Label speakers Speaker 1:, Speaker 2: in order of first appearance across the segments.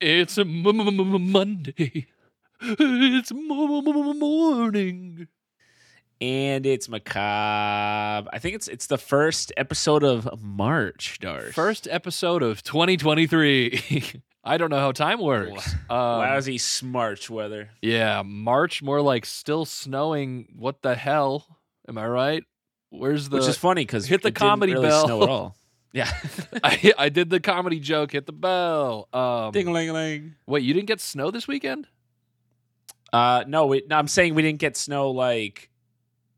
Speaker 1: It's a m- m- m- Monday. It's m- m- m- morning.
Speaker 2: and it's macabre. I think it's it's the first episode of March, Darsh.
Speaker 1: First episode of 2023. I don't know how time works. Um,
Speaker 2: lousy smarch weather.
Speaker 1: yeah, March more like still snowing. What the hell? Am I right? Where's the
Speaker 2: which is funny because
Speaker 1: hit the comedy
Speaker 2: really
Speaker 1: bell.
Speaker 2: Snow at all. Yeah,
Speaker 1: I, I did the comedy joke. Hit the bell. Um,
Speaker 2: ding ling ling.
Speaker 1: wait, you didn't get snow this weekend?
Speaker 2: Uh, no, we, no, I'm saying we didn't get snow like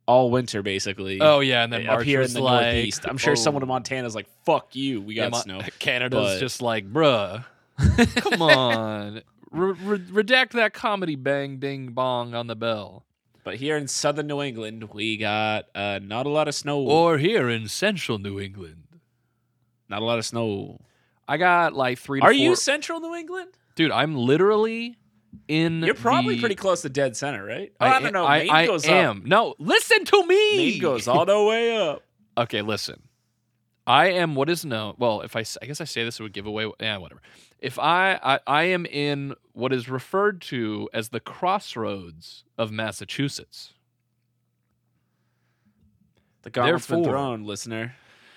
Speaker 2: all winter basically.
Speaker 1: Oh yeah, and then
Speaker 2: up
Speaker 1: March
Speaker 2: here in
Speaker 1: was
Speaker 2: the
Speaker 1: like,
Speaker 2: northeast. I'm sure
Speaker 1: oh.
Speaker 2: someone in Montana's like, "Fuck you, we got
Speaker 1: Yeah, Mo-
Speaker 2: snow."
Speaker 1: Canada's
Speaker 2: but-
Speaker 1: just like, bruh, come on, re- re- redact that comedy bang ding bong on the bell.
Speaker 2: But here in southern New England, we got uh, not a lot of snow.
Speaker 1: Or here in central New England,
Speaker 2: not a lot of snow.
Speaker 1: I got like three. To
Speaker 2: Are
Speaker 1: four-
Speaker 2: you central New England?
Speaker 1: dude? I'm literally in.
Speaker 2: You're probably
Speaker 1: the-
Speaker 2: pretty close to dead center, right? Oh,
Speaker 1: I,
Speaker 2: I, don't know.
Speaker 1: I,
Speaker 2: Maine
Speaker 1: I
Speaker 2: goes up.
Speaker 1: am. No, listen to me.
Speaker 2: Maine goes all the way up.
Speaker 1: okay, listen. I am what is known. Well, if I, s- I guess I say this, it would give away. Yeah, whatever. If I, I, I am in what is referred to as the crossroads of Massachusetts.
Speaker 2: The gauntlet's been
Speaker 1: Therefore-
Speaker 2: thrown, listener.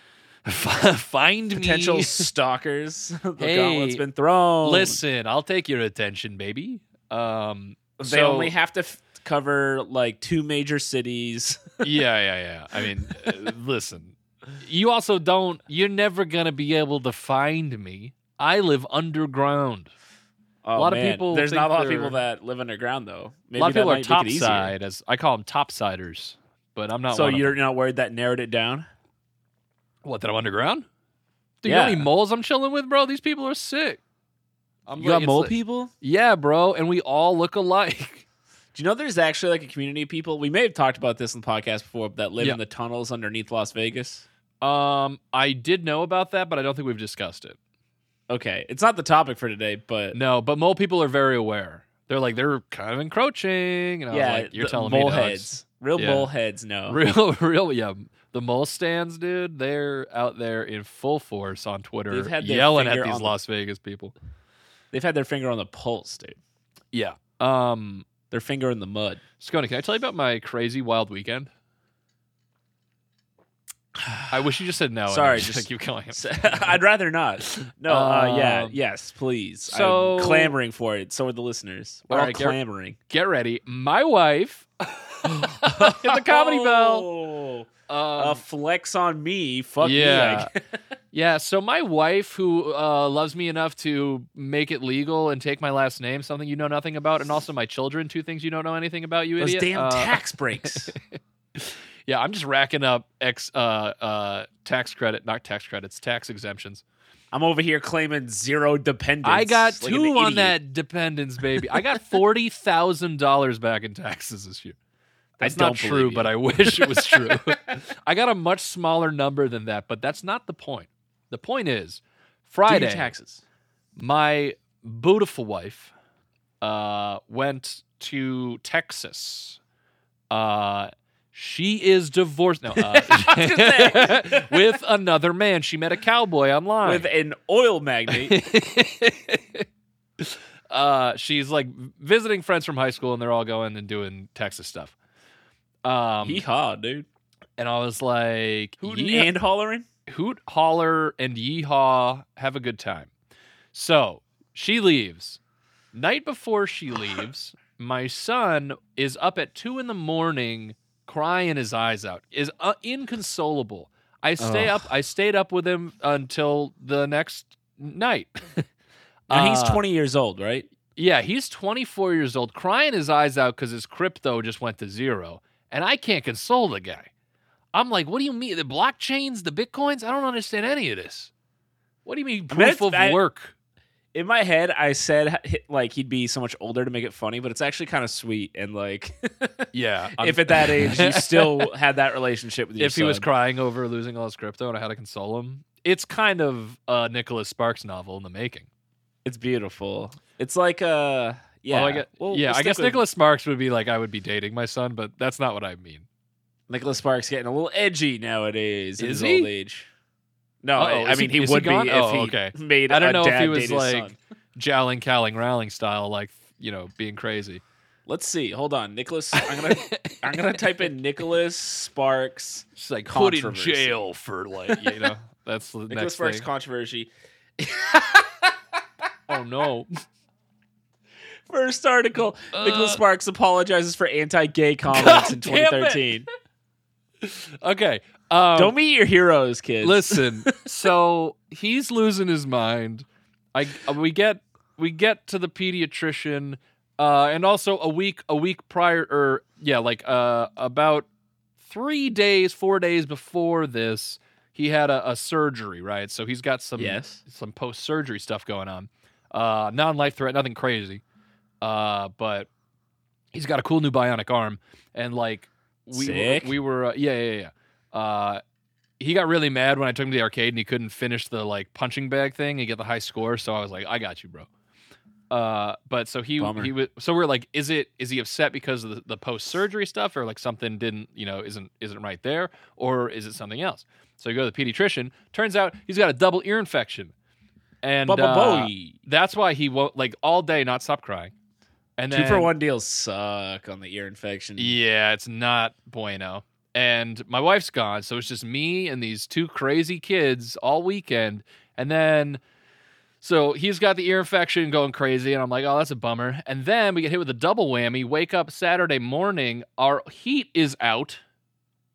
Speaker 1: Find
Speaker 2: Potential
Speaker 1: me.
Speaker 2: stalkers. The
Speaker 1: Hey,
Speaker 2: gauntlet's been thrown.
Speaker 1: Listen, I'll take your attention, baby. Um,
Speaker 2: they
Speaker 1: so-
Speaker 2: only have to f- cover like two major cities.
Speaker 1: yeah, yeah, yeah. I mean, uh, listen. You also don't. You're never gonna be able to find me. I live underground.
Speaker 2: Oh,
Speaker 1: lot of
Speaker 2: man.
Speaker 1: people
Speaker 2: There's
Speaker 1: think
Speaker 2: not a lot of
Speaker 1: they're-
Speaker 2: people that live underground though. Maybe
Speaker 1: a lot of
Speaker 2: that
Speaker 1: people are
Speaker 2: might make it easier.
Speaker 1: topside, as I call them topsiders. But I'm not.
Speaker 2: So
Speaker 1: one of
Speaker 2: you're
Speaker 1: them.
Speaker 2: not worried that narrowed it down?
Speaker 1: what? That I'm underground? Dude, you know how many
Speaker 2: Yeah.
Speaker 1: moles I'm chilling with, bro? These people are sick. I'm
Speaker 2: You got
Speaker 1: it's
Speaker 2: mole people?
Speaker 1: Yeah, bro, and we all look alike.
Speaker 2: Do you know there's actually like a community of people? We may have talked about this in the podcast before that live
Speaker 1: Yeah.
Speaker 2: in the tunnels underneath Las Vegas.
Speaker 1: Um, I did know about that, but I don't think we've discussed it.
Speaker 2: Okay, it's not the topic for today, but
Speaker 1: No, but mole people are very aware. They're like they're kind of encroaching, and I
Speaker 2: yeah,
Speaker 1: was Oh, like, "You're
Speaker 2: the
Speaker 1: telling
Speaker 2: mole
Speaker 1: me, dogs.
Speaker 2: heads, real
Speaker 1: Yeah.
Speaker 2: mole heads, no.
Speaker 1: real, real, yeah." The mole stands, dude. They're out there in full force on Twitter,
Speaker 2: They've had their
Speaker 1: yelling at
Speaker 2: finger
Speaker 1: these
Speaker 2: on the-
Speaker 1: Las Vegas people.
Speaker 2: They've had their finger on the pulse, dude.
Speaker 1: Yeah. Um,
Speaker 2: Their finger in the mud.
Speaker 1: Scone, can I tell you about my crazy wild weekend? I wish you just said no. and
Speaker 2: Sorry,
Speaker 1: I just,
Speaker 2: just-
Speaker 1: keep going.
Speaker 2: So- I'd rather not. No, uh, yeah,
Speaker 1: Um,
Speaker 2: yes, please.
Speaker 1: so-
Speaker 2: I'm clamoring for it. So are the listeners. We're
Speaker 1: All
Speaker 2: all,
Speaker 1: right, Garrett-
Speaker 2: clamoring.
Speaker 1: Get ready. My wife hit the comedy bell.
Speaker 2: Oh,
Speaker 1: Um,
Speaker 2: a flex on me. Fuck
Speaker 1: yeah.
Speaker 2: me.
Speaker 1: yeah. So my wife, who uh, loves me enough to make it legal and take my last name, something you know nothing about, and also my children, two things you don't know anything about, you
Speaker 2: Those
Speaker 1: idiot.
Speaker 2: damn
Speaker 1: Uh,
Speaker 2: tax breaks.
Speaker 1: Yeah, I'm just racking up ex uh, uh, tax credit, not tax credits, tax exemptions.
Speaker 2: I'm over here claiming zero dependence.
Speaker 1: I got
Speaker 2: like an
Speaker 1: two on
Speaker 2: idiot.
Speaker 1: that dependence, baby. I got forty thousand dollars back in taxes this year. That's
Speaker 2: I don't
Speaker 1: not true,
Speaker 2: believe you.
Speaker 1: but I wish it was true. I got a much smaller number than that, but that's not the point. The point is,
Speaker 2: Do your
Speaker 1: Friday,
Speaker 2: taxes.
Speaker 1: my beautiful wife uh, went to Texas. Uh, she is divorced now
Speaker 2: was gonna
Speaker 1: uh,
Speaker 2: say.
Speaker 1: with another man. She met a cowboy online.
Speaker 2: With an oil magnate.
Speaker 1: uh, she's like visiting friends from high school, and they're all going and doing Texas stuff. Um,
Speaker 2: Yeehaw, dude.
Speaker 1: and I was like,
Speaker 2: Hooting
Speaker 1: "Yeah,
Speaker 2: and hollering.
Speaker 1: hoot, holler, and yeehaw, have a good time." So she leaves. Night before she leaves, my son is up at two in the morning, crying his eyes out, is uh, inconsolable. I stay
Speaker 2: Ugh.
Speaker 1: up. I stayed up with him until the next night.
Speaker 2: Now he's
Speaker 1: Uh,
Speaker 2: 20 years old, right?
Speaker 1: Yeah, he's 24 years old, crying his eyes out because his crypto just went to zero, and I can't console the guy. I'm like, what do you mean? The blockchains, the bitcoins? I don't understand any of this. What do you mean
Speaker 2: I mean,
Speaker 1: proof
Speaker 2: it's-
Speaker 1: of
Speaker 2: I-
Speaker 1: work?
Speaker 2: In my head, I said h- like he'd be so much older to make it funny, but it's actually kind of sweet. And like,
Speaker 1: Yeah,
Speaker 2: if at that age you still had that relationship with your
Speaker 1: if he was
Speaker 2: son.
Speaker 1: crying over losing all his crypto and I had to console him, it's kind of a Nicholas Sparks novel in the making.
Speaker 2: it's beautiful. It's like uh, yeah,
Speaker 1: Although I guess,
Speaker 2: Well,
Speaker 1: yeah,
Speaker 2: we'll
Speaker 1: I guess
Speaker 2: stick with
Speaker 1: Nicholas Sparks would be like, I would be dating my son, but that's not what I mean.
Speaker 2: Nicholas Sparks getting a little edgy nowadays in
Speaker 1: Is
Speaker 2: his
Speaker 1: he?
Speaker 2: old age. No,
Speaker 1: Uh-oh,
Speaker 2: I, I
Speaker 1: is he-
Speaker 2: mean he
Speaker 1: is he
Speaker 2: would be
Speaker 1: gone?
Speaker 2: if
Speaker 1: Oh,
Speaker 2: he
Speaker 1: okay.
Speaker 2: made.
Speaker 1: I don't
Speaker 2: a
Speaker 1: know if
Speaker 2: dad
Speaker 1: he was
Speaker 2: date his
Speaker 1: like,
Speaker 2: son.
Speaker 1: jowling, cowling, rowling style, like you know, being crazy.
Speaker 2: Let's see. Hold on, Nicholas. I'm gonna I'm gonna type in Nicholas Sparks.
Speaker 1: She's like put in
Speaker 2: Controversy.
Speaker 1: jail for like you know. That's the
Speaker 2: Nicholas
Speaker 1: next
Speaker 2: Sparks
Speaker 1: thing.
Speaker 2: controversy.
Speaker 1: oh no,
Speaker 2: First article. Nicholas
Speaker 1: Uh,
Speaker 2: Sparks apologizes for anti-gay comments
Speaker 1: God
Speaker 2: in
Speaker 1: damn it.
Speaker 2: 2013.
Speaker 1: Okay, um,
Speaker 2: Don't meet your heroes, kids.
Speaker 1: Listen, so he's losing his mind. I uh, we get we get to the pediatrician, uh, and also a week a week prior, or yeah, like uh, about three days, four days before this, he had a, a surgery, right? So he's got some
Speaker 2: Yes.
Speaker 1: some post surgery stuff going on. Uh, non life threat, nothing crazy, uh, but he's got a cool new bionic arm, and like we
Speaker 2: Sick.
Speaker 1: Were, we were uh, yeah yeah yeah. Uh, he got really mad when I took him to the arcade and he couldn't finish the like punching bag thing and get the high score. So I was like, I got you, bro. Uh, but so he
Speaker 2: Bummer.
Speaker 1: he was so we're like, is it is he upset because of the, the post surgery stuff or like something didn't you know isn't isn't right there or is it something else? So you go to the pediatrician. Turns out he's got a double ear infection, and
Speaker 2: Bubba
Speaker 1: uh,
Speaker 2: Bowie.
Speaker 1: that's why he won't like all day not stop crying. And then
Speaker 2: Two for one deals suck on the ear infection.
Speaker 1: yeah, it's not bueno. And my wife's gone, so it's just me and these two crazy kids all weekend. And then, so he's got the ear infection going crazy, and I'm like, oh, that's a bummer. And then we get hit with a double whammy. Wake up Saturday morning, our heat is out.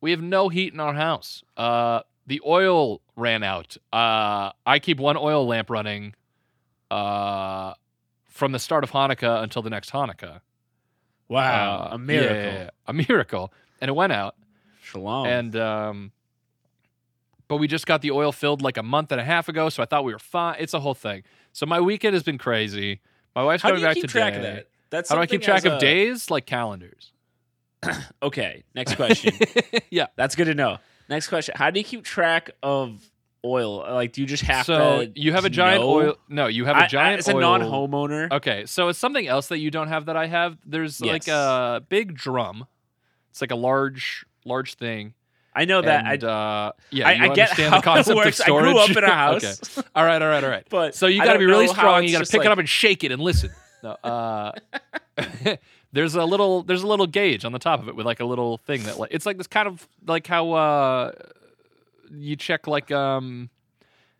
Speaker 1: We have no heat in our house. Uh, the oil ran out. Uh, I keep one oil lamp running uh, from the start of Hanukkah until the next Hanukkah.
Speaker 2: Wow,
Speaker 1: Uh,
Speaker 2: a miracle. Oh.
Speaker 1: yeah, yeah, yeah. a miracle. And it went out.
Speaker 2: Shalom.
Speaker 1: And um but we just got the oil filled like a month and a half ago, so I thought we were fine. It's a whole thing. So my weekend has been crazy. My wife's
Speaker 2: how do
Speaker 1: coming
Speaker 2: you
Speaker 1: back
Speaker 2: keep
Speaker 1: today.
Speaker 2: track of that? That's
Speaker 1: How do I keep
Speaker 2: something
Speaker 1: track
Speaker 2: as
Speaker 1: of
Speaker 2: a-
Speaker 1: days? Like calendars.
Speaker 2: Okay, next question.
Speaker 1: yeah.
Speaker 2: That's good to know. Next question: How do you keep track of oil? Like, do you just have
Speaker 1: so
Speaker 2: to?
Speaker 1: you have a giant
Speaker 2: know?
Speaker 1: oil no, you have
Speaker 2: I-
Speaker 1: a
Speaker 2: I-
Speaker 1: giant
Speaker 2: It's a
Speaker 1: oil-
Speaker 2: non-homeowner.
Speaker 1: Okay, so it's something else that you don't have that I have. There's like
Speaker 2: Yes.
Speaker 1: a big drum. It's like a large large thing.
Speaker 2: I know that.
Speaker 1: and,
Speaker 2: I,
Speaker 1: uh, yeah,
Speaker 2: I,
Speaker 1: you
Speaker 2: I get
Speaker 1: understand
Speaker 2: how
Speaker 1: the concept
Speaker 2: it works.
Speaker 1: of storage.
Speaker 2: I grew up in a
Speaker 1: Okay.
Speaker 2: house,
Speaker 1: All right, all right, all right.
Speaker 2: but
Speaker 1: So you got
Speaker 2: I
Speaker 1: to
Speaker 2: don't
Speaker 1: be really
Speaker 2: know how
Speaker 1: strong. You
Speaker 2: it's
Speaker 1: got to
Speaker 2: just
Speaker 1: pick it
Speaker 2: like-
Speaker 1: up and shake it and listen. No, uh, there's a little there's a little gauge on the top of it with like a little thing that like it's like this kind of like how uh, you check like um,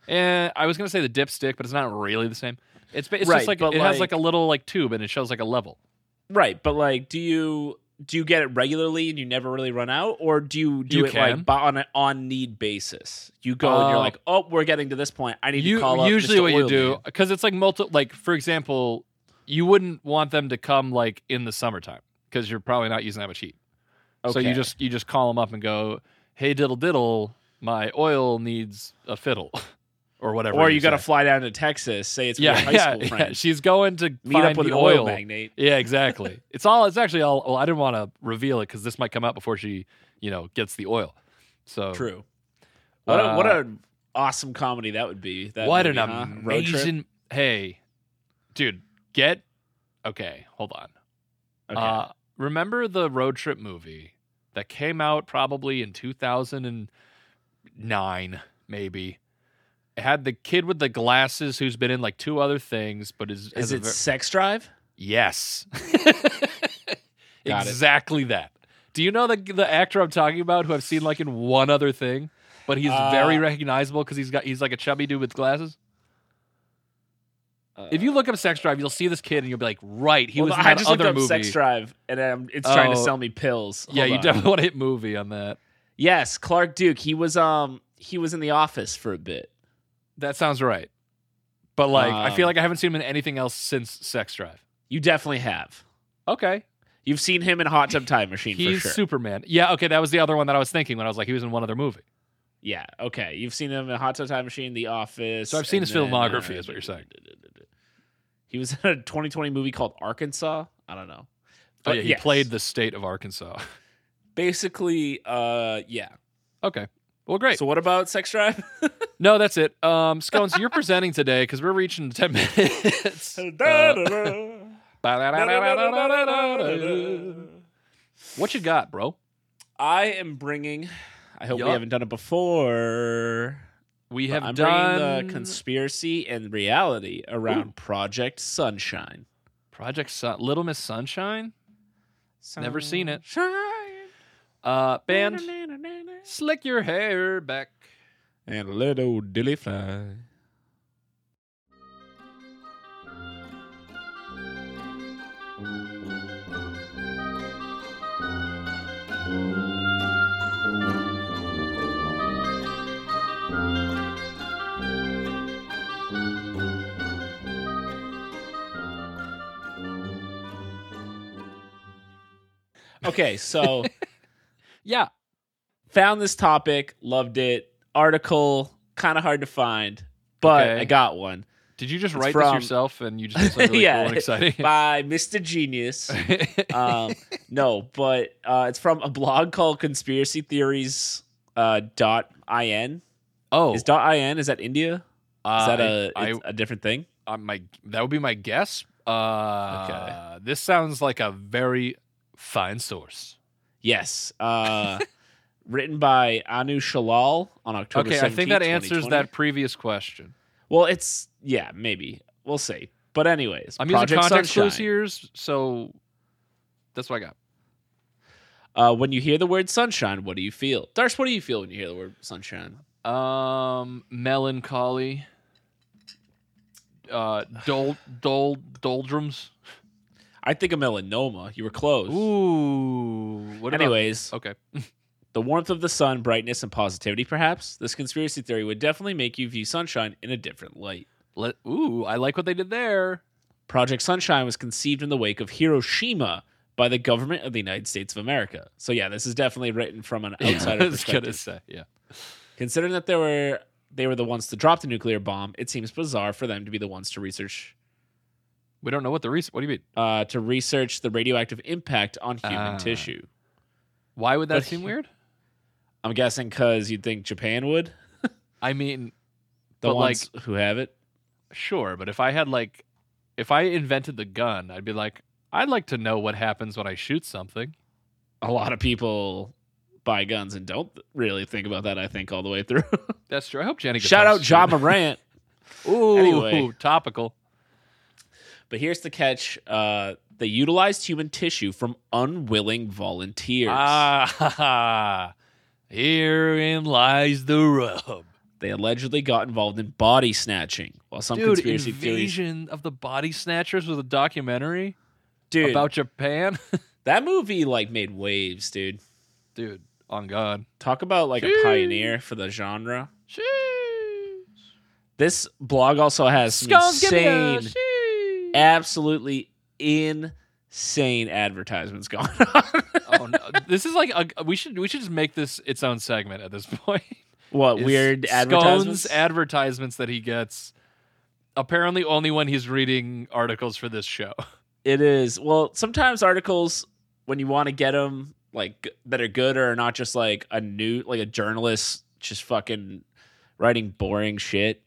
Speaker 1: eh, I was gonna say the dipstick, but it's not really the same. It's ba- it's
Speaker 2: Right,
Speaker 1: just like it
Speaker 2: but
Speaker 1: has like
Speaker 2: like-
Speaker 1: a little like tube and it shows like a level.
Speaker 2: Right, but like, do you do you get it regularly and you never really run out, or do you do
Speaker 1: You
Speaker 2: it
Speaker 1: can.
Speaker 2: like bo- on an on need basis? You go and you're
Speaker 1: Uh,
Speaker 2: like, oh, we're getting to this point. I need
Speaker 1: you
Speaker 2: to call up.
Speaker 1: usually
Speaker 2: Mr.
Speaker 1: what you
Speaker 2: Oil
Speaker 1: do
Speaker 2: Man."
Speaker 1: because it's like multi like for example you wouldn't want them to come like in the summertime because you're probably not using that much heat so you
Speaker 2: Okay.
Speaker 1: just you just call them up and go hey diddle diddle my oil needs a fiddle or whatever
Speaker 2: or you got to
Speaker 1: say.
Speaker 2: fly down to Texas. Say it's
Speaker 1: yeah,
Speaker 2: with your high
Speaker 1: yeah,
Speaker 2: school
Speaker 1: yeah.
Speaker 2: friend.
Speaker 1: she's going to
Speaker 2: Meet up
Speaker 1: find
Speaker 2: with
Speaker 1: the
Speaker 2: an oil,
Speaker 1: oil
Speaker 2: magnate.
Speaker 1: yeah exactly it's all it's actually all well i didn't want to reveal it because this might come out before she you know gets the oil so
Speaker 2: True. What a, what
Speaker 1: Uh,
Speaker 2: an awesome comedy that would be. That
Speaker 1: what
Speaker 2: movie,
Speaker 1: an
Speaker 2: huh? Road trip?
Speaker 1: amazing hey dude get okay hold on
Speaker 2: Okay.
Speaker 1: uh remember the road trip movie that came out probably in 2009 maybe it had the kid with the glasses who's been in like two other things but is,
Speaker 2: Is
Speaker 1: has a
Speaker 2: it
Speaker 1: ver-
Speaker 2: Sex Drive?
Speaker 1: yes
Speaker 2: Got it.
Speaker 1: exactly that do you know the the actor i'm talking about who i've seen like in one other thing but he's very
Speaker 2: Uh,
Speaker 1: recognizable because he's got he's like a chubby dude with glasses if you look up Sex Drive, you'll see this kid and you'll be like, right, he
Speaker 2: Hold
Speaker 1: was
Speaker 2: on,
Speaker 1: in
Speaker 2: I
Speaker 1: that
Speaker 2: just looked
Speaker 1: other
Speaker 2: up
Speaker 1: movie.
Speaker 2: Sex Drive, and um, it's trying to
Speaker 1: Oh.
Speaker 2: sell me pills.
Speaker 1: yeah,
Speaker 2: Hold
Speaker 1: you
Speaker 2: on.
Speaker 1: definitely want to hit movie on that.
Speaker 2: Yes, Clark Duke. He was um he was in the office for a bit.
Speaker 1: That sounds right. But like, I feel
Speaker 2: Um,
Speaker 1: like I haven't seen him in anything else since Sex Drive.
Speaker 2: You definitely have.
Speaker 1: Okay,
Speaker 2: You've seen him in Hot Tub Time Machine for
Speaker 1: he's
Speaker 2: sure.
Speaker 1: Superman. Yeah, okay, that was the other one that I was thinking when I was like, he was in one other movie.
Speaker 2: yeah, okay. You've seen him in Hot Tub Time Machine, The Office.
Speaker 1: So I've seen
Speaker 2: and
Speaker 1: his
Speaker 2: then,
Speaker 1: filmography,
Speaker 2: uh,
Speaker 1: is what you're saying.
Speaker 2: He was in a 2020 movie called Arkansas. I don't know.
Speaker 1: Oh yeah, he
Speaker 2: Uh, yes.
Speaker 1: played the state of Arkansas.
Speaker 2: basically. Uh, yeah.
Speaker 1: okay, well, great.
Speaker 2: So what about Sex Drive?
Speaker 1: Uh, no, that's it. Um, Scones, you're presenting today because we're reaching ten minutes. Uh, what you got, bro?
Speaker 2: I am bringing. I hope
Speaker 1: Yup.
Speaker 2: we haven't done it before.
Speaker 1: We
Speaker 2: But
Speaker 1: have
Speaker 2: I'm
Speaker 1: done
Speaker 2: bringing the conspiracy and reality around Project Sunshine.
Speaker 1: Project Sun- Little Miss Sunshine. Never seen it.
Speaker 2: Sunshine.
Speaker 1: Uh, band,
Speaker 2: Na-na-na-na-na.
Speaker 1: slick your hair back.
Speaker 2: and let old dilly fly. Okay, so
Speaker 1: Yeah,
Speaker 2: found this topic, loved it. Article kind of hard to find, but
Speaker 1: Okay.
Speaker 2: I got one
Speaker 1: did you just
Speaker 2: It's
Speaker 1: write
Speaker 2: from-
Speaker 1: this yourself and you just did something really
Speaker 2: Yeah.
Speaker 1: cool and exciting?
Speaker 2: by Mr. Genius. um, no, but uh, it's from a blog called Conspiracy Theories uh, dot in.
Speaker 1: oh,
Speaker 2: Is dot in is that India? Is
Speaker 1: uh,
Speaker 2: that a
Speaker 1: I- I-
Speaker 2: it's a different thing?
Speaker 1: uh, my that would be my guess. Uh, This sounds like a very fine source.
Speaker 2: Yes. Uh, written by Anu Shalal on October.
Speaker 1: okay, I think that
Speaker 2: 17th,
Speaker 1: answers
Speaker 2: 2020.
Speaker 1: that previous question.
Speaker 2: Well, it's yeah, maybe we'll see. But anyways,
Speaker 1: I'm
Speaker 2: Project
Speaker 1: using context
Speaker 2: Sunshine.
Speaker 1: clues here, so that's what I got.
Speaker 2: Uh, when you hear the word sunshine, what do you feel? Darsh, what do you feel when you hear the word sunshine?
Speaker 1: Um, melancholy. Uh, dol dol doldrums.
Speaker 2: I think of melanoma. You were close.
Speaker 1: Ooh. What about-
Speaker 2: Anyways,
Speaker 1: okay.
Speaker 2: the warmth of the sun, brightness, and positivity, perhaps? This conspiracy theory would definitely make you view sunshine in a different light.
Speaker 1: Let, ooh, I like what they did there.
Speaker 2: Project Sunshine was conceived in the wake of Hiroshima by the government of the United States of America. So, yeah, this is definitely written from an outsider
Speaker 1: I was
Speaker 2: perspective.
Speaker 1: gonna say, yeah.
Speaker 2: Considering that there were they were the ones to drop the nuclear bomb, it seems bizarre for them to be the ones to research
Speaker 1: We don't know what the reason. What do you mean?
Speaker 2: uh, to research the radioactive impact on human
Speaker 1: Ah.
Speaker 2: tissue.
Speaker 1: Why would that
Speaker 2: But
Speaker 1: seem
Speaker 2: he-
Speaker 1: weird?
Speaker 2: I'm guessing because you'd think Japan would,
Speaker 1: I mean,
Speaker 2: the
Speaker 1: But,
Speaker 2: ones who have it.
Speaker 1: sure, but if I had like, if I invented the gun, I'd be like, I'd like to know what happens when I shoot something.
Speaker 2: a lot of people buy guns and don't really think about that. I think all the way through.
Speaker 1: That's true. I hope Jenny. gets
Speaker 2: Shout out
Speaker 1: us
Speaker 2: Ja
Speaker 1: soon.
Speaker 2: Morant.
Speaker 1: Ooh,
Speaker 2: Anyway.
Speaker 1: topical.
Speaker 2: But here's the catch: uh, they utilized human tissue from unwilling volunteers.
Speaker 1: Ah, herein lies the rub.
Speaker 2: They allegedly got involved in body snatching. While some
Speaker 1: Dude,
Speaker 2: conspiracy theories,
Speaker 1: invasion of the body snatchers was a documentary
Speaker 2: dude,
Speaker 1: about Japan.
Speaker 2: that movie like made waves, dude.
Speaker 1: Dude, on God.
Speaker 2: Talk about like
Speaker 1: Jeez.
Speaker 2: a pioneer for the genre.
Speaker 1: Sheesh.
Speaker 2: This blog also has some insane,
Speaker 1: sheesh.
Speaker 2: absolutely insane advertisements going on.
Speaker 1: oh no! This is like a, we should we should just make this its own segment at this point.
Speaker 2: What
Speaker 1: Is
Speaker 2: weird
Speaker 1: Scone's
Speaker 2: advertisements?
Speaker 1: advertisements that he gets. Apparently, only when he's reading articles for this show.
Speaker 2: it is. Well, sometimes articles when you want to get them like g- that are good or are not just like a new like a journalist just fucking writing boring shit.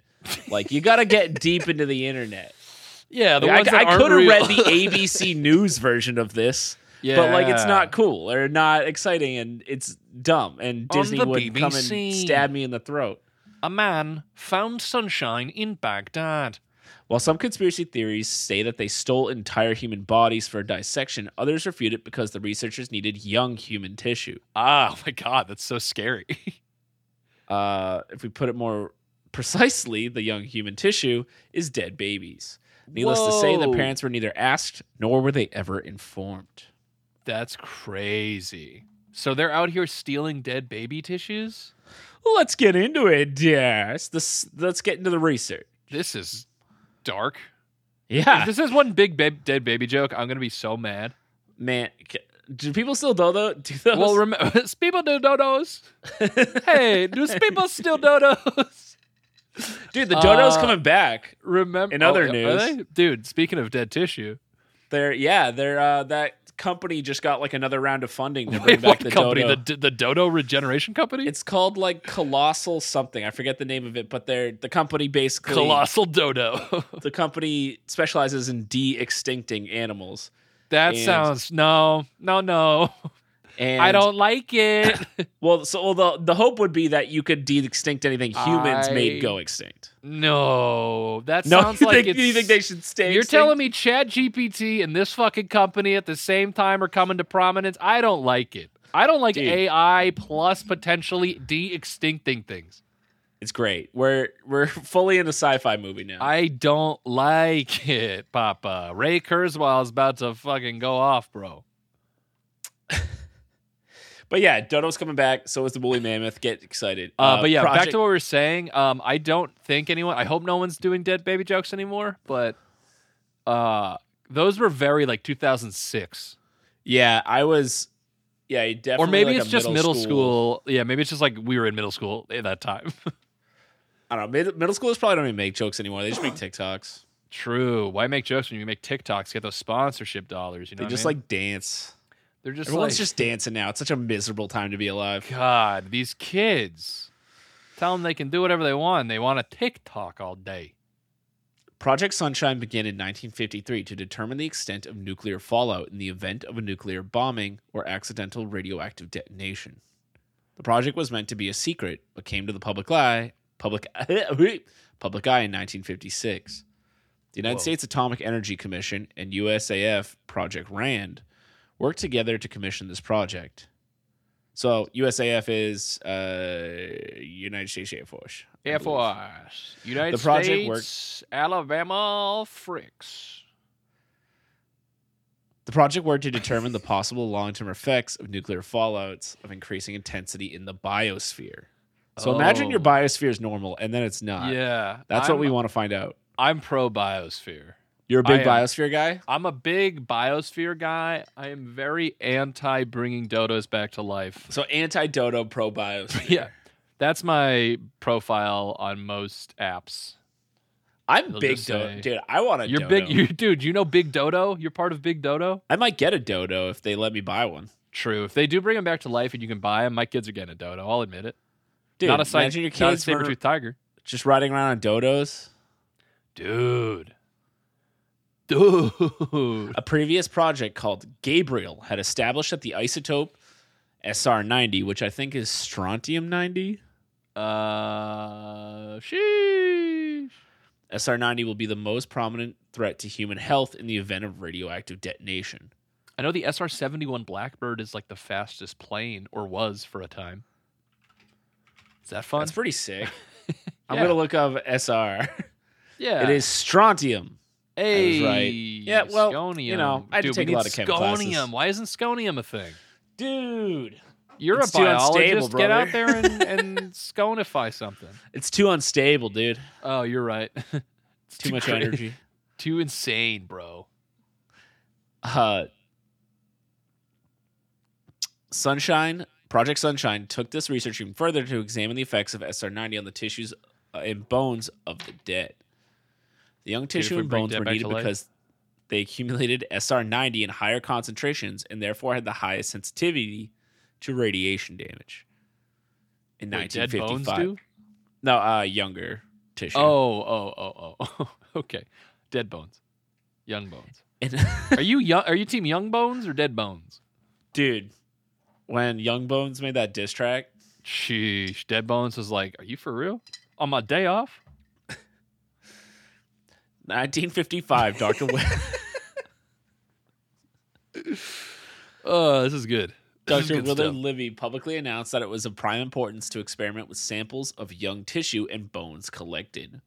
Speaker 2: Like you got to get deep into the internet.
Speaker 1: Yeah, the
Speaker 2: Like, I-
Speaker 1: ones
Speaker 2: I,
Speaker 1: that aren't
Speaker 2: could have
Speaker 1: real.
Speaker 2: read the ABC News version of this,
Speaker 1: yeah.
Speaker 2: but like it's not cool or not exciting and it's dumb and
Speaker 1: On
Speaker 2: Disney
Speaker 1: the
Speaker 2: would come and
Speaker 1: BBC.
Speaker 2: stab me in the throat.
Speaker 1: A man found sunshine in Baghdad.
Speaker 2: While some conspiracy theories say that they stole entire human bodies for dissection, others refute it because the researchers needed young human tissue.
Speaker 1: Ah, my God, that's so scary.
Speaker 2: Uh, if we put it more precisely, the young human tissue is dead babies. Needless to say, the
Speaker 1: Whoa.
Speaker 2: parents were neither asked nor were they ever informed.
Speaker 1: That's crazy. So they're out here stealing dead baby tissues.
Speaker 2: Let's get into it, yes. This, let's get into the research.
Speaker 1: This is dark. If
Speaker 2: Yeah,
Speaker 1: this is one big ba- dead baby joke, I'm gonna be so mad.
Speaker 2: man. c- Do people still do tho- do those?
Speaker 1: Well, remember, people do dodos. hey, do people still dodos?
Speaker 2: dude, the dodo's
Speaker 1: uh,
Speaker 2: coming back.
Speaker 1: Remember oh,
Speaker 2: In other
Speaker 1: are
Speaker 2: news.
Speaker 1: they? dude. Speaking of dead tissue,
Speaker 2: They're yeah, they're uh, that company just got like another round of funding to bring
Speaker 1: wait,
Speaker 2: back
Speaker 1: what
Speaker 2: the
Speaker 1: company?
Speaker 2: dodo.
Speaker 1: The the dodo regeneration company?
Speaker 2: it's called like Colossal something. I forget the name of it, but they're the company basically
Speaker 1: colossal dodo.
Speaker 2: the company specializes in de-extincting animals.
Speaker 1: that
Speaker 2: And-
Speaker 1: sounds no, no, no.
Speaker 2: And
Speaker 1: I don't like it.
Speaker 2: Well, so well, the the hope would be that you could de-extinct anything humans
Speaker 1: I-
Speaker 2: made go extinct.
Speaker 1: no, that
Speaker 2: No,
Speaker 1: sounds
Speaker 2: you
Speaker 1: like
Speaker 2: think,
Speaker 1: it's.
Speaker 2: you think they should stay?
Speaker 1: you're telling me Chat GPT and this fucking company at the same time are coming to prominence? I don't like it. I don't like
Speaker 2: Dude.
Speaker 1: AI plus potentially de-extincting things.
Speaker 2: it's great. We're we're fully in a sci-fi movie now.
Speaker 1: I don't like it, Papa. Ray Kurzweil's about to fucking go off, bro.
Speaker 2: but yeah, Dodo's coming back. So is the woolly mammoth. Get excited.
Speaker 1: Uh, but yeah, back
Speaker 2: Project-
Speaker 1: to what we were saying. Um, I don't think anyone. I hope no one's doing dead baby jokes anymore. But uh, those were very like 2006,
Speaker 2: yeah. I was yeah. you Definitely
Speaker 1: or maybe
Speaker 2: like
Speaker 1: it's
Speaker 2: a
Speaker 1: just middle school. Yeah, maybe it's just like we were in middle school at that time.
Speaker 2: I don't know. Mid- middle schoolers probably don't even make jokes anymore. They just make TikToks.
Speaker 1: True. Why make jokes when you can make TikToks? Get those sponsorship dollars. You know,
Speaker 2: They
Speaker 1: what I
Speaker 2: just
Speaker 1: mean?
Speaker 2: like dance.
Speaker 1: they're just
Speaker 2: Everyone's
Speaker 1: like
Speaker 2: just dancing now. It's such a miserable time to be alive.
Speaker 1: God. These kids tell them they can do whatever they want. and They want a TikTok all day.
Speaker 2: Project Sunshine began in 1953 to determine the extent of nuclear fallout in the event of a nuclear bombing or accidental radioactive detonation. The project was meant to be a secret, but came to the public eye, public, public eye in 1956. The United
Speaker 1: Whoa.
Speaker 2: States Atomic Energy Commission and USAF Project RAND worked together to commission this project. So USAF is uh, United States Air Force. I
Speaker 1: Air
Speaker 2: believe.
Speaker 1: Force, United
Speaker 2: The project
Speaker 1: States,
Speaker 2: worked-
Speaker 1: Alabama fricks.
Speaker 2: The project worked to determine the possible long term effects of nuclear fallouts of increasing intensity in the biosphere. So imagine your
Speaker 1: Oh.
Speaker 2: biosphere is normal and then it's not.
Speaker 1: Yeah,
Speaker 2: That's
Speaker 1: I'm-
Speaker 2: what we want to find out.
Speaker 1: I'm pro biosphere.
Speaker 2: You're a
Speaker 1: I am.
Speaker 2: big biosphere guy?
Speaker 1: I'm a big biosphere guy. I am very anti bringing dodos back to life.
Speaker 2: So anti dodo pro biosphere.
Speaker 1: Yeah, that's my profile on most apps.
Speaker 2: I'm
Speaker 1: They'll
Speaker 2: big
Speaker 1: just
Speaker 2: dodo.
Speaker 1: say-
Speaker 2: Dude, I want a
Speaker 1: You're
Speaker 2: dodo.
Speaker 1: big, you, dude. You know Big Dodo. You're part of Big Dodo.
Speaker 2: I might get a dodo if they let me buy one.
Speaker 1: True. If they do bring him back to life and you can buy him, my kids are getting a dodo. I'll admit it.
Speaker 2: Dude,
Speaker 1: not a sign,
Speaker 2: imagine your
Speaker 1: not a
Speaker 2: kids
Speaker 1: saber
Speaker 2: were
Speaker 1: tooth tiger,
Speaker 2: just riding around on dodos.
Speaker 1: dude. Dude.
Speaker 2: A previous project called Gabriel had established that the isotope SR90, which I think is strontium 90,
Speaker 1: Uh, sheesh.
Speaker 2: SR90 will be the most prominent threat to human health in the event of radioactive detonation.
Speaker 1: I know the SR 71 Blackbird is like the fastest plane, or was for a time. Is that fun?
Speaker 2: That's pretty sick. I'm
Speaker 1: Yeah.
Speaker 2: going to look up SR.
Speaker 1: yeah.
Speaker 2: It is strontium.
Speaker 1: Hey,
Speaker 2: was right. Yeah, well, you know,
Speaker 1: sconium.
Speaker 2: I had
Speaker 1: Dude,
Speaker 2: to
Speaker 1: we
Speaker 2: take a
Speaker 1: need
Speaker 2: lot of chem
Speaker 1: sconium.
Speaker 2: classes.
Speaker 1: Why isn't sconium a thing?
Speaker 2: Dude.
Speaker 1: You're
Speaker 2: It's
Speaker 1: a
Speaker 2: too unstable,
Speaker 1: biologist. Get out
Speaker 2: brother.
Speaker 1: there and, and sconify something.
Speaker 2: It's too unstable, dude.
Speaker 1: Oh, you're right. It's
Speaker 2: Too much
Speaker 1: cra-
Speaker 2: energy.
Speaker 1: Too insane, bro.
Speaker 2: Uh, Sunshine, Project Sunshine took this research even further to examine the effects of SR90 on the tissues uh, and bones of the dead. The young
Speaker 1: Dude, if
Speaker 2: tissue
Speaker 1: we
Speaker 2: and
Speaker 1: bring
Speaker 2: bones
Speaker 1: dead
Speaker 2: were
Speaker 1: back
Speaker 2: needed
Speaker 1: to life.
Speaker 2: because they accumulated SR90 in higher concentrations and therefore had the highest sensitivity to radiation damage. In
Speaker 1: Wait, dead bones do?
Speaker 2: 1955. No, uh, younger tissue.
Speaker 1: Oh, oh, oh, oh. okay. Dead bones. Young bones.
Speaker 2: And-
Speaker 1: Are you young? Are you team young bones or dead bones?
Speaker 2: dude, when Young Bones made that diss track,
Speaker 1: Sheesh. Dead bones was like, are you for real? On my day off?
Speaker 2: 1955, Dr. Wen-
Speaker 1: Oh, this is good. This is
Speaker 2: Dr.
Speaker 1: good
Speaker 2: Willard
Speaker 1: stuff.
Speaker 2: Livy publicly announced that it was of prime importance to experiment with samples of young tissue and bones collected.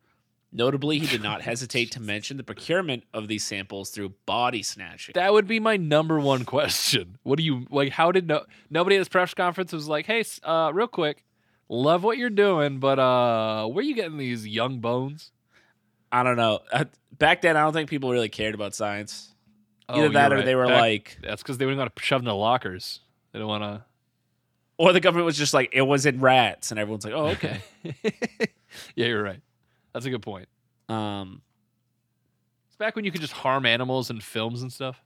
Speaker 2: Notably, he did not hesitate to mention the procurement of these samples through body snatching.
Speaker 1: That would be my number one question. What do you like? How did no nobody at this press conference was like, hey, s- uh, real quick, love what you're doing, but uh, where you getting these young bones?
Speaker 2: I don't know. Uh, Back then, I don't think people really cared about science.
Speaker 1: Oh,
Speaker 2: Either that
Speaker 1: you're
Speaker 2: or
Speaker 1: right.
Speaker 2: they were
Speaker 1: Back-
Speaker 2: like,
Speaker 1: that's because they wouldn't want to shove in the lockers. They don't want to.
Speaker 2: or the government was just like, it was in rats. And everyone's like, oh, okay.
Speaker 1: Okay. yeah, you're right. That's a good point.
Speaker 2: um,
Speaker 1: It's back when you could just harm animals in films and stuff.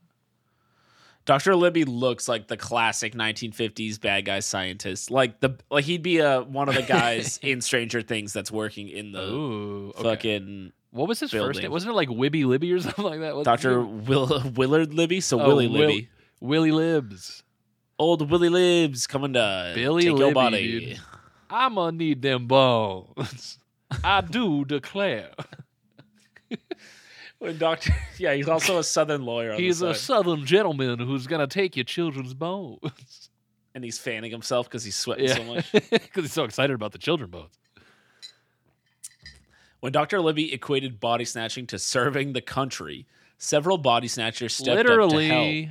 Speaker 2: Dr. Libby looks like the classic 1950s bad guy scientist. Like the like he'd be uh, one of the guys in Stranger Things that's working in the
Speaker 1: Ooh, okay.
Speaker 2: fucking
Speaker 1: What was his first
Speaker 2: building.
Speaker 1: name? Wasn't it like Wibby Libby or something like that? Wasn't
Speaker 2: Dr.
Speaker 1: it?
Speaker 2: Will- Willard Libby, so
Speaker 1: Oh,
Speaker 2: Willie
Speaker 1: Will-
Speaker 2: Libby.
Speaker 1: Willie Libs.
Speaker 2: Old Willie Libs coming to
Speaker 1: Billy
Speaker 2: take your
Speaker 1: Libby,
Speaker 2: body.
Speaker 1: dude. I'm gonna need them bones. I do declare.
Speaker 2: When Doctor, yeah, he's also a Southern lawyer. On
Speaker 1: He's
Speaker 2: the
Speaker 1: a
Speaker 2: side.
Speaker 1: southern gentleman who's gonna take your children's bones.
Speaker 2: and he's fanning himself because he's sweating so much.
Speaker 1: because he's so excited about the children bones.
Speaker 2: When Dr. Libby equated body snatching to serving the country, several body snatchers stepped up to help.
Speaker 1: Literally,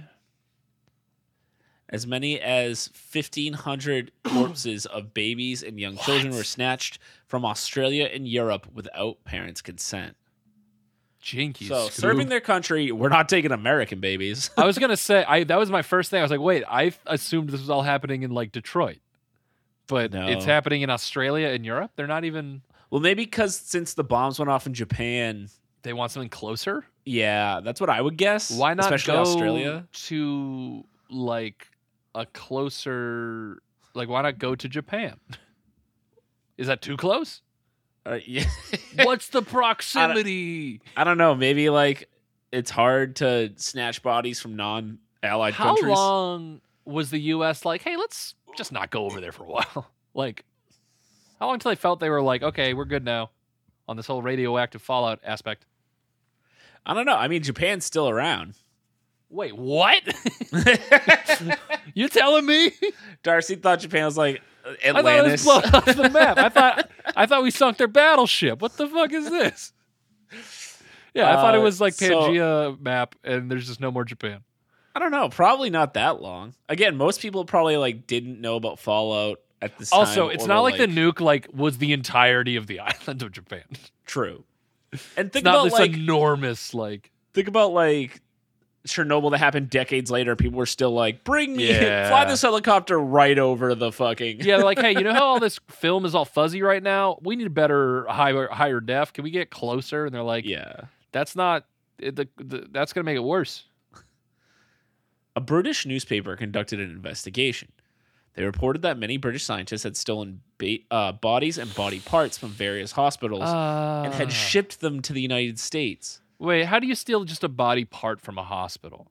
Speaker 2: As many as 1,500 corpses of babies and young children
Speaker 1: What?
Speaker 2: were snatched from Australia and Europe without parents' consent.
Speaker 1: jinkies.
Speaker 2: so, serving their country, we're not taking American babies.
Speaker 1: I was gonna say I that was my first thing. I was like, wait, I f- assumed this was all happening in like Detroit, but
Speaker 2: No.
Speaker 1: it's happening in Australia and Europe. They're not even.
Speaker 2: Well, maybe because since the bombs went off in Japan,
Speaker 1: They want something closer.
Speaker 2: yeah, that's what I would guess.
Speaker 1: Why not
Speaker 2: Especially
Speaker 1: go
Speaker 2: Australia.
Speaker 1: to like a closer? Like, why not go to Japan? Is that too close?
Speaker 2: Uh, yeah.
Speaker 1: What's the proximity?
Speaker 2: I don't know. Maybe like it's hard to snatch bodies from non-allied
Speaker 1: How
Speaker 2: countries.
Speaker 1: long was the U.S. like? Hey, let's just not go over there for a while. like, how long till they felt they were like, okay, we're good now on this whole radioactive fallout aspect?
Speaker 2: I don't know. I mean, Japan's still around.
Speaker 1: Wait, what? you telling me?
Speaker 2: Darcy thought Japan was like uh,
Speaker 1: I thought it was
Speaker 2: Atlantis.
Speaker 1: blown off the map. I thought I thought we sunk their battleship. What the fuck is this? Yeah, I thought it
Speaker 2: Uh,
Speaker 1: was like
Speaker 2: so-
Speaker 1: Pangea map, and there's just no more Japan.
Speaker 2: I don't know. Probably not that long. Again, most people probably like didn't know about Fallout at this time.
Speaker 1: Also, it's
Speaker 2: or
Speaker 1: not
Speaker 2: were,
Speaker 1: like, the nuke like was the entirety of the island of Japan.
Speaker 2: true. And
Speaker 1: It's
Speaker 2: think
Speaker 1: not
Speaker 2: about
Speaker 1: this
Speaker 2: like
Speaker 1: enormous like
Speaker 2: think about like Chernobyl that happened decades later. People were still like, "Bring me,
Speaker 1: Yeah.
Speaker 2: fly this helicopter right over the fucking."
Speaker 1: yeah, they're like, hey, you know how all this film is all fuzzy right now? We need better higher higher def. Can we get closer? And they're like,
Speaker 2: yeah.
Speaker 1: that's not it- the, the that's gonna make it worse.
Speaker 2: A British newspaper conducted an investigation. They reported that many British scientists had stolen ba- uh, bodies and body parts from various hospitals and
Speaker 1: Ah.
Speaker 2: had shipped them to the United States.
Speaker 1: Wait, how do you steal just a body part from a hospital?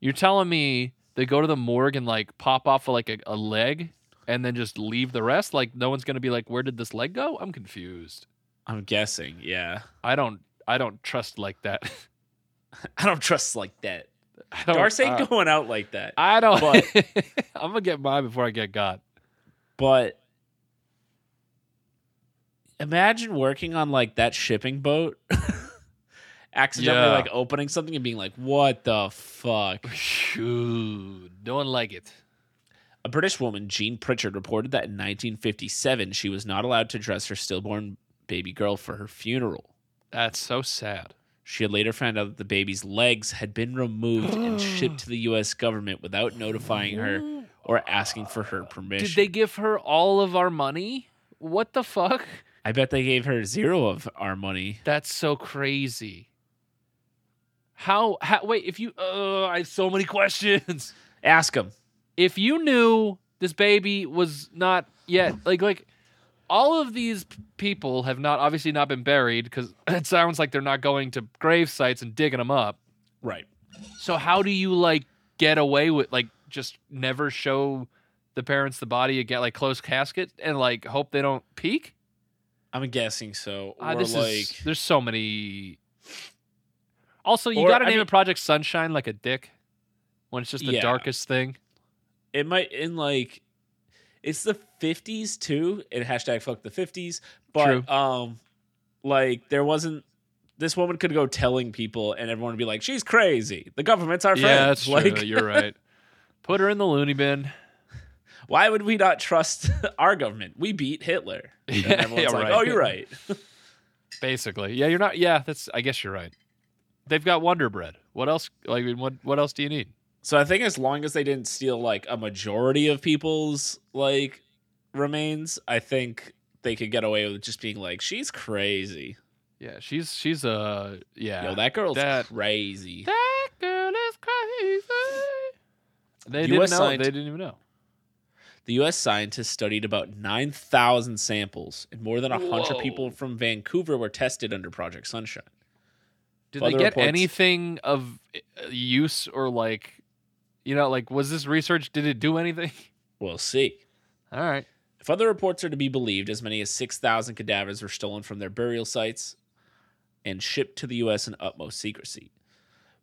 Speaker 1: You're telling me they go to the morgue and like pop off of, like a, a leg and then just leave the rest? Like no one's gonna be like, where did this leg go? I'm confused.
Speaker 2: I'm guessing, yeah.
Speaker 1: I don't I don't trust like that.
Speaker 2: I don't trust like that.
Speaker 1: I don't,
Speaker 2: Darcy
Speaker 1: I,
Speaker 2: ain't going out like that.
Speaker 1: I don't.
Speaker 2: But-
Speaker 1: I'm gonna get mine before I get got.
Speaker 2: But imagine working on like that shipping boat, accidentally
Speaker 1: Yeah.
Speaker 2: like opening something and being like, "What the fuck."
Speaker 1: Shoo, don't like it.
Speaker 2: A British woman, Jean Pritchard, reported that in 1957 she was not allowed to dress her stillborn baby girl for her funeral.
Speaker 1: That's so sad.
Speaker 2: She had later found out that the baby's legs had been removed and shipped to the U.S. government without notifying her or asking for her permission.
Speaker 1: Did they give her all of our money? What the fuck?
Speaker 2: I bet they gave her zero of our money.
Speaker 1: That's so crazy. How, how wait, if you uh I have so many questions.
Speaker 2: Ask them.
Speaker 1: If you knew this baby was not yet like like all of these p- people have not obviously not been buried cuz it sounds like they're not going to grave sites and digging them up.
Speaker 2: Right.
Speaker 1: So how do you like get away with like just never show the parents the body again like closed casket and like hope they don't peek?
Speaker 2: I'm guessing so. Or
Speaker 1: Ah, this
Speaker 2: like,
Speaker 1: is there's so many. Also, you
Speaker 2: Or,
Speaker 1: got to
Speaker 2: I
Speaker 1: name
Speaker 2: mean-
Speaker 1: a project Sunshine like a dick when it's just the
Speaker 2: Yeah.
Speaker 1: darkest thing.
Speaker 2: it might in like, it's the 50s too. And hashtag fuck the 50s. But um, like there wasn't. This woman could go telling people, and everyone would be like, "She's crazy. The government's our friend."
Speaker 1: yeah, that's true.
Speaker 2: like,
Speaker 1: You're right. Put her in the loony bin.
Speaker 2: why would we not trust our government? We beat Hitler. And
Speaker 1: Yeah,
Speaker 2: everyone's
Speaker 1: yeah,
Speaker 2: like,
Speaker 1: right.
Speaker 2: "Oh, you're right."
Speaker 1: Basically, yeah, you're not. Yeah, that's. I guess you're right. They've got Wonder Bread. What else? Like, I mean, what what else do you need?
Speaker 2: So I think as long as they didn't steal like a majority of people's like remains, I think they could get away with just being like, "She's crazy.
Speaker 1: Yeah, she's she's uh yeah.
Speaker 2: Yo, that girl's
Speaker 1: that-
Speaker 2: crazy."
Speaker 1: That girl is crazy. They
Speaker 2: US
Speaker 1: didn't know.
Speaker 2: science-
Speaker 1: They didn't even know.
Speaker 2: The U.S. scientists studied about 9,000 samples, and more than 100
Speaker 1: Whoa.
Speaker 2: people from Vancouver were tested under Project Sunshine.
Speaker 1: Did
Speaker 2: Well,
Speaker 1: they
Speaker 2: the
Speaker 1: get
Speaker 2: reports-
Speaker 1: anything of uh, use or like You know, like was this research? Did it do anything?
Speaker 2: We'll see.
Speaker 1: All right.
Speaker 2: If other reports are to be believed, as many as 6,000 cadavers were stolen from their burial sites and shipped to the U.S. in utmost secrecy.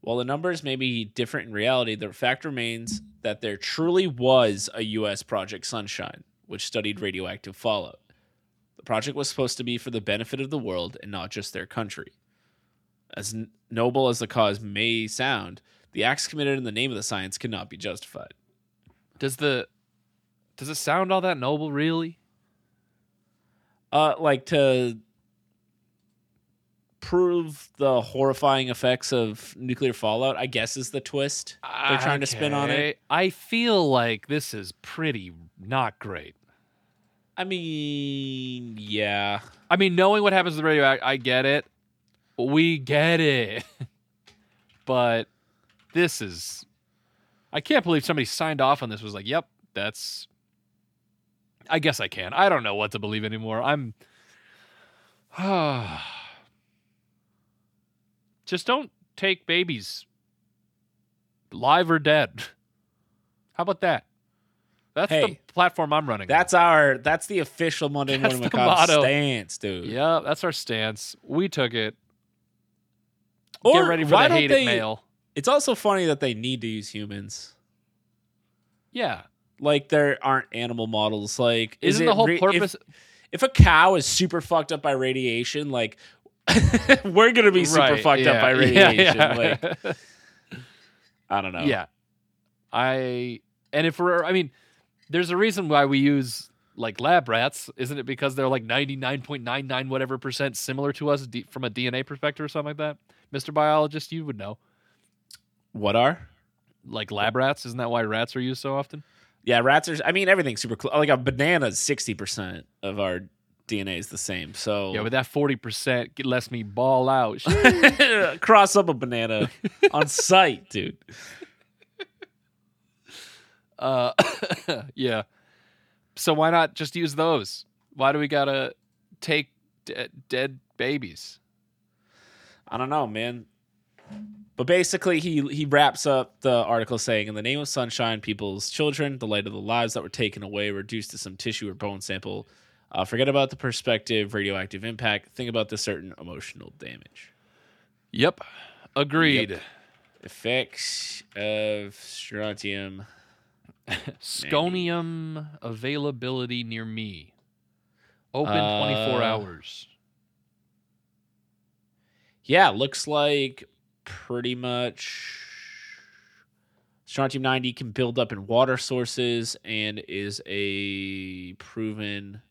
Speaker 2: While the numbers may be different in reality, the fact remains that there truly was a U.S. Project Sunshine, which studied radioactive fallout. The project was supposed to be for the benefit of the world and not just their country. As n- noble as the cause may sound, the acts committed in the name of the science cannot be justified.
Speaker 1: Does the does it sound all that noble, really?
Speaker 2: Uh, like to prove the horrifying effects of nuclear fallout, I guess is the twist. They're trying to spin on it.
Speaker 1: Okay. I feel like this is pretty not great.
Speaker 2: I mean, yeah.
Speaker 1: I mean, knowing what happens to the radio, I, I get it. We get it. but this is. I can't believe somebody signed off on this. Was like, yep, that's. I guess I can. I don't know what to believe anymore. I'm. Just don't take babies, live or dead. How about that? That's
Speaker 2: Hey,
Speaker 1: the platform I'm running. on.
Speaker 2: That's our that's the official Monday
Speaker 1: That's
Speaker 2: Morning
Speaker 1: the
Speaker 2: Macabre
Speaker 1: motto.
Speaker 2: stance, dude.
Speaker 1: Yeah, that's our stance. We took it.
Speaker 2: Or
Speaker 1: Get ready for
Speaker 2: why
Speaker 1: the
Speaker 2: don't
Speaker 1: hate
Speaker 2: they,
Speaker 1: it mail.
Speaker 2: It's also funny that they need to use humans.
Speaker 1: Yeah.
Speaker 2: Like there aren't animal models. Like is
Speaker 1: Isn't
Speaker 2: it
Speaker 1: the whole
Speaker 2: re- if-
Speaker 1: purpose
Speaker 2: if a cow is super fucked up by radiation, like we're gonna be super
Speaker 1: Right,
Speaker 2: fucked
Speaker 1: yeah,
Speaker 2: up by
Speaker 1: yeah,
Speaker 2: radiation.
Speaker 1: Yeah.
Speaker 2: Like I don't know.
Speaker 1: Yeah. I and if we're I mean, there's a reason why we use like lab rats, isn't it? Because they're like 99.99 whatever percent similar to us d- from a DNA perspective or something like that. Mr. Biologist, you would know.
Speaker 2: What are?
Speaker 1: Like lab rats, isn't that why rats are used so often?
Speaker 2: Yeah, rats are. I mean, everything's super close. Like a banana, sixty percent of our DNA is the same. So
Speaker 1: Yeah, but that 40% get- lets me ball out.
Speaker 2: cross up a banana on sight, dude.
Speaker 1: Uh, yeah. So why not just use those? Why do we gotta take de- dead babies?
Speaker 2: I don't know, man. But basically, he he wraps up the article saying, "In the name of sunshine, people's children, the light of the lives that were taken away, reduced to some tissue or bone sample. Uh, forget about the perspective, radioactive impact. Think about the certain emotional damage.
Speaker 1: Yep, agreed.
Speaker 2: Effects of strontium.
Speaker 1: Sconium availability near me. Open twenty four
Speaker 2: Uh,
Speaker 1: hours.
Speaker 2: Yeah, looks like pretty much." Strontium 90 can build up in water sources and is a proven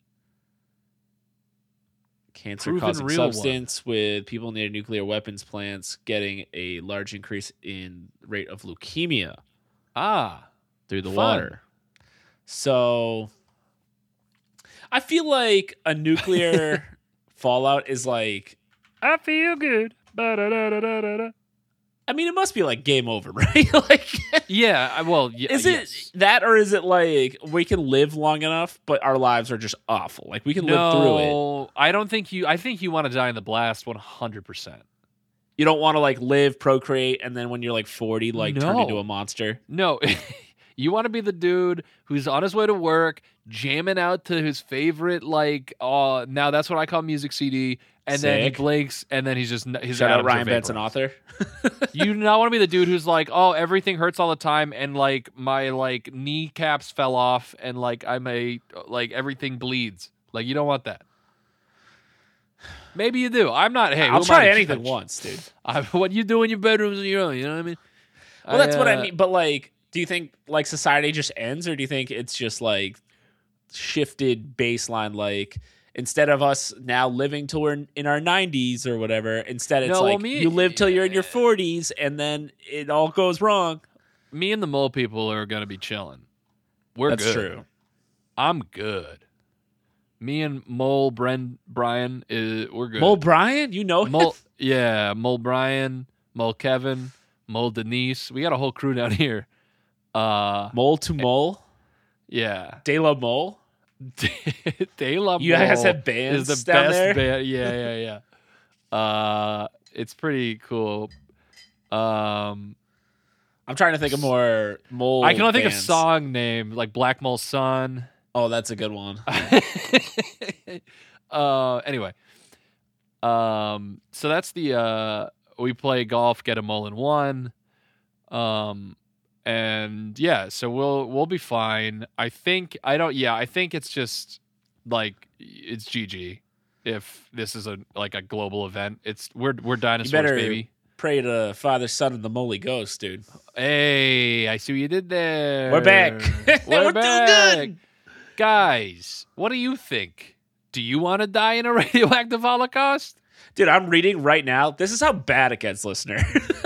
Speaker 2: cancer
Speaker 1: Proven
Speaker 2: causing
Speaker 1: real one.
Speaker 2: substance with people near nuclear weapons plants getting a large increase in rate of leukemia
Speaker 1: Ah,
Speaker 2: through the
Speaker 1: Fun.
Speaker 2: water. So I feel like a nuclear fallout is like
Speaker 1: I feel good. Ba-da-da-da-da-da.
Speaker 2: I mean it must be like game over, right? like
Speaker 1: Yeah. I- Well, yeah,
Speaker 2: is it
Speaker 1: uh, yes.
Speaker 2: that or is it like we can live long enough but our lives are just awful like we can live through it
Speaker 1: No, I don't think you. I think you want to die in the blast one hundred percent.
Speaker 2: you don't want to like live procreate and then when you're like 40 like turn
Speaker 1: No.
Speaker 2: into a monster
Speaker 1: No, you want to be the dude who's on his way to work, jamming out to his favorite like uh now that's what I call music CD, and then he
Speaker 2: Sick.
Speaker 1: blinks, and then he's just n- his
Speaker 2: shout out
Speaker 1: atoms are
Speaker 2: ryan benson
Speaker 1: vaporized.
Speaker 2: author
Speaker 1: you do not want to be the dude who's like, oh, everything hurts all the time, and like my like kneecaps fell off, and like I'm a like everything bleeds. Like you don't want that. Maybe you do. I'm not. Hey, who am
Speaker 2: i'll
Speaker 1: I
Speaker 2: try
Speaker 1: to
Speaker 2: anything
Speaker 1: judge?
Speaker 2: once dude
Speaker 1: I, what you do in your bedrooms on your own. You know what I mean?
Speaker 2: well that's what i
Speaker 1: uh,
Speaker 2: mean but like do you think like society just ends or do you think it's just like shifted baseline like instead of us now living till we're in our 90s or whatever instead it's
Speaker 1: No, well,
Speaker 2: like
Speaker 1: me-
Speaker 2: you live till you're in your 40s and then it all goes wrong
Speaker 1: me and the mole people are gonna be chilling. We're
Speaker 2: that's
Speaker 1: good.
Speaker 2: true
Speaker 1: I'm good. Me and Mole Bren Brian is we're good.
Speaker 2: Mole Bryant, you know him?
Speaker 1: Mole yeah, Mole Brian, Mole Kevin, Mole Denise. We got a whole crew down here. Uh
Speaker 2: Mole to Mole,
Speaker 1: yeah.
Speaker 2: De La Mole.
Speaker 1: De La
Speaker 2: You guys
Speaker 1: Mole
Speaker 2: have bands
Speaker 1: is the
Speaker 2: down
Speaker 1: best
Speaker 2: there?
Speaker 1: band. Yeah, yeah, yeah. uh it's pretty cool. Um
Speaker 2: I'm trying to think of more mole.
Speaker 1: I can only think of
Speaker 2: bands.
Speaker 1: song name like Black Mole Sun.
Speaker 2: Oh, that's a good one.
Speaker 1: uh, anyway, um, so that's the uh, we play golf, get a mole in one, um, and yeah, so we'll we'll be fine. I think I don't. Yeah, I think it's just like it's GG. If this is a like a global event, it's we're we're dinosaurs,
Speaker 2: better-
Speaker 1: baby.
Speaker 2: Pray to Father, Son, and the Moly Ghost, dude.
Speaker 1: Hey, I see what you did there.
Speaker 2: We're back.
Speaker 1: We're
Speaker 2: We're
Speaker 1: back.
Speaker 2: doing good.
Speaker 1: Guys, what do you think? Do you want to die in a radioactive holocaust?
Speaker 2: Dude, I'm reading right now. This is how bad it gets, listener.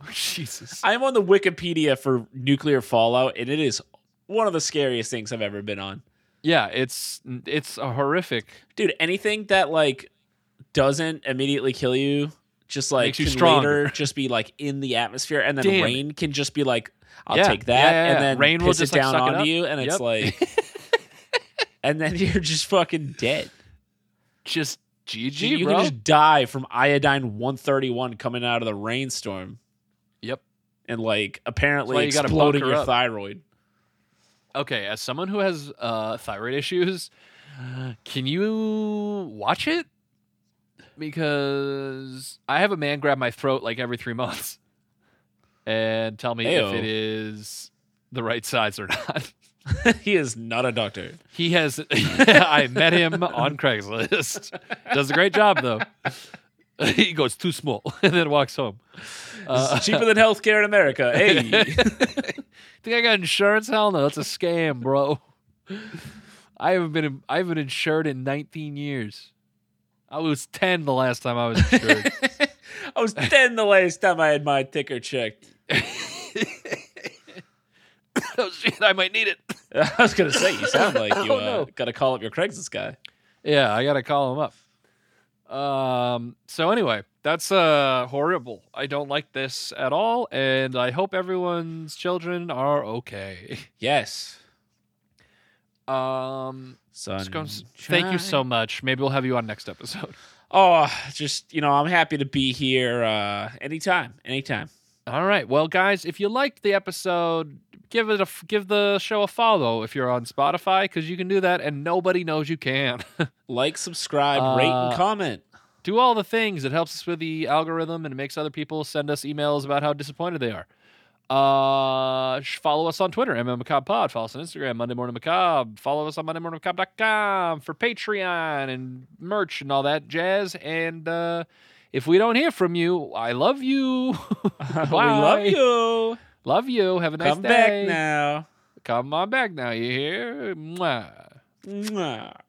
Speaker 2: Oh,
Speaker 1: Jesus.
Speaker 2: I'm on the Wikipedia for nuclear fallout, and it is one of the scariest things I've ever been on.
Speaker 1: Yeah, it's it's a horrific.
Speaker 2: Dude, anything that like doesn't immediately kill you, just like
Speaker 1: Makes you
Speaker 2: can
Speaker 1: stronger.
Speaker 2: later just be like in the atmosphere, and then
Speaker 1: Damn.
Speaker 2: rain can just be like, I'll
Speaker 1: Yeah,
Speaker 2: take that,
Speaker 1: yeah, yeah, yeah.
Speaker 2: and then
Speaker 1: Rain will
Speaker 2: piss
Speaker 1: just,
Speaker 2: it
Speaker 1: like,
Speaker 2: down
Speaker 1: suck it
Speaker 2: onto
Speaker 1: up.
Speaker 2: you, and
Speaker 1: Yep.
Speaker 2: it's like, and then you're just fucking dead.
Speaker 1: Just GG,
Speaker 2: you
Speaker 1: bro.
Speaker 2: can just die from iodine 131 coming out of the rainstorm
Speaker 1: Yep.
Speaker 2: and like apparently
Speaker 1: why you gotta
Speaker 2: exploding
Speaker 1: bunker
Speaker 2: your
Speaker 1: up.
Speaker 2: thyroid.
Speaker 1: Okay, as someone who has uh, thyroid issues, can you watch it? Because I have a man grab my throat like every three months and tell me if
Speaker 2: Ayo.
Speaker 1: it is the right size or not.
Speaker 2: he is not a doctor.
Speaker 1: He has. I met him on Craigslist. Does a great job though. he goes too small and then walks home.
Speaker 2: This
Speaker 1: Uh,
Speaker 2: is cheaper than healthcare in America. Hey.
Speaker 1: Think I got insurance? Hell no, that's a scam, bro. I haven't been I haven't insured in 19 years. I was 10 the last time I was insured.
Speaker 2: I was 10 the last time I had my ticker checked.
Speaker 1: oh shit, I might need it.
Speaker 2: I was going to say, you sound like you
Speaker 1: Oh,
Speaker 2: uh,
Speaker 1: no.
Speaker 2: got to call up your Craigslist guy.
Speaker 1: Yeah, I gotta call him up. Um. So anyway, that's uh horrible. I don't like this at all, and I hope everyone's children are okay.
Speaker 2: Yes.
Speaker 1: Um.
Speaker 2: Son.
Speaker 1: Scrum- thank you so much. Maybe we'll have you on next episode.
Speaker 2: Oh, just, you know, I'm happy to be here uh, anytime. Anytime.
Speaker 1: All right. Well, guys, if you liked the episode, give it a f- give the show a follow if you're on Spotify because you can do that, and nobody knows you can.
Speaker 2: Like, subscribe, rate,
Speaker 1: Uh,
Speaker 2: and comment.
Speaker 1: do all the things. It helps us with the algorithm and it makes other people send us emails about how disappointed they are. Uh, sh- follow us on Twitter, MM Macabre Pod. Follow us on Instagram, Monday Morning Macabre. Follow us on MondayMorningMacabre.com for Patreon and merch and all that jazz. And uh, if we don't hear from you, I love you.
Speaker 2: we love you.
Speaker 1: Love you. Have a nice
Speaker 2: Come
Speaker 1: day.
Speaker 2: back now.
Speaker 1: Come on back now. You hear? Mwah.
Speaker 2: Mwah.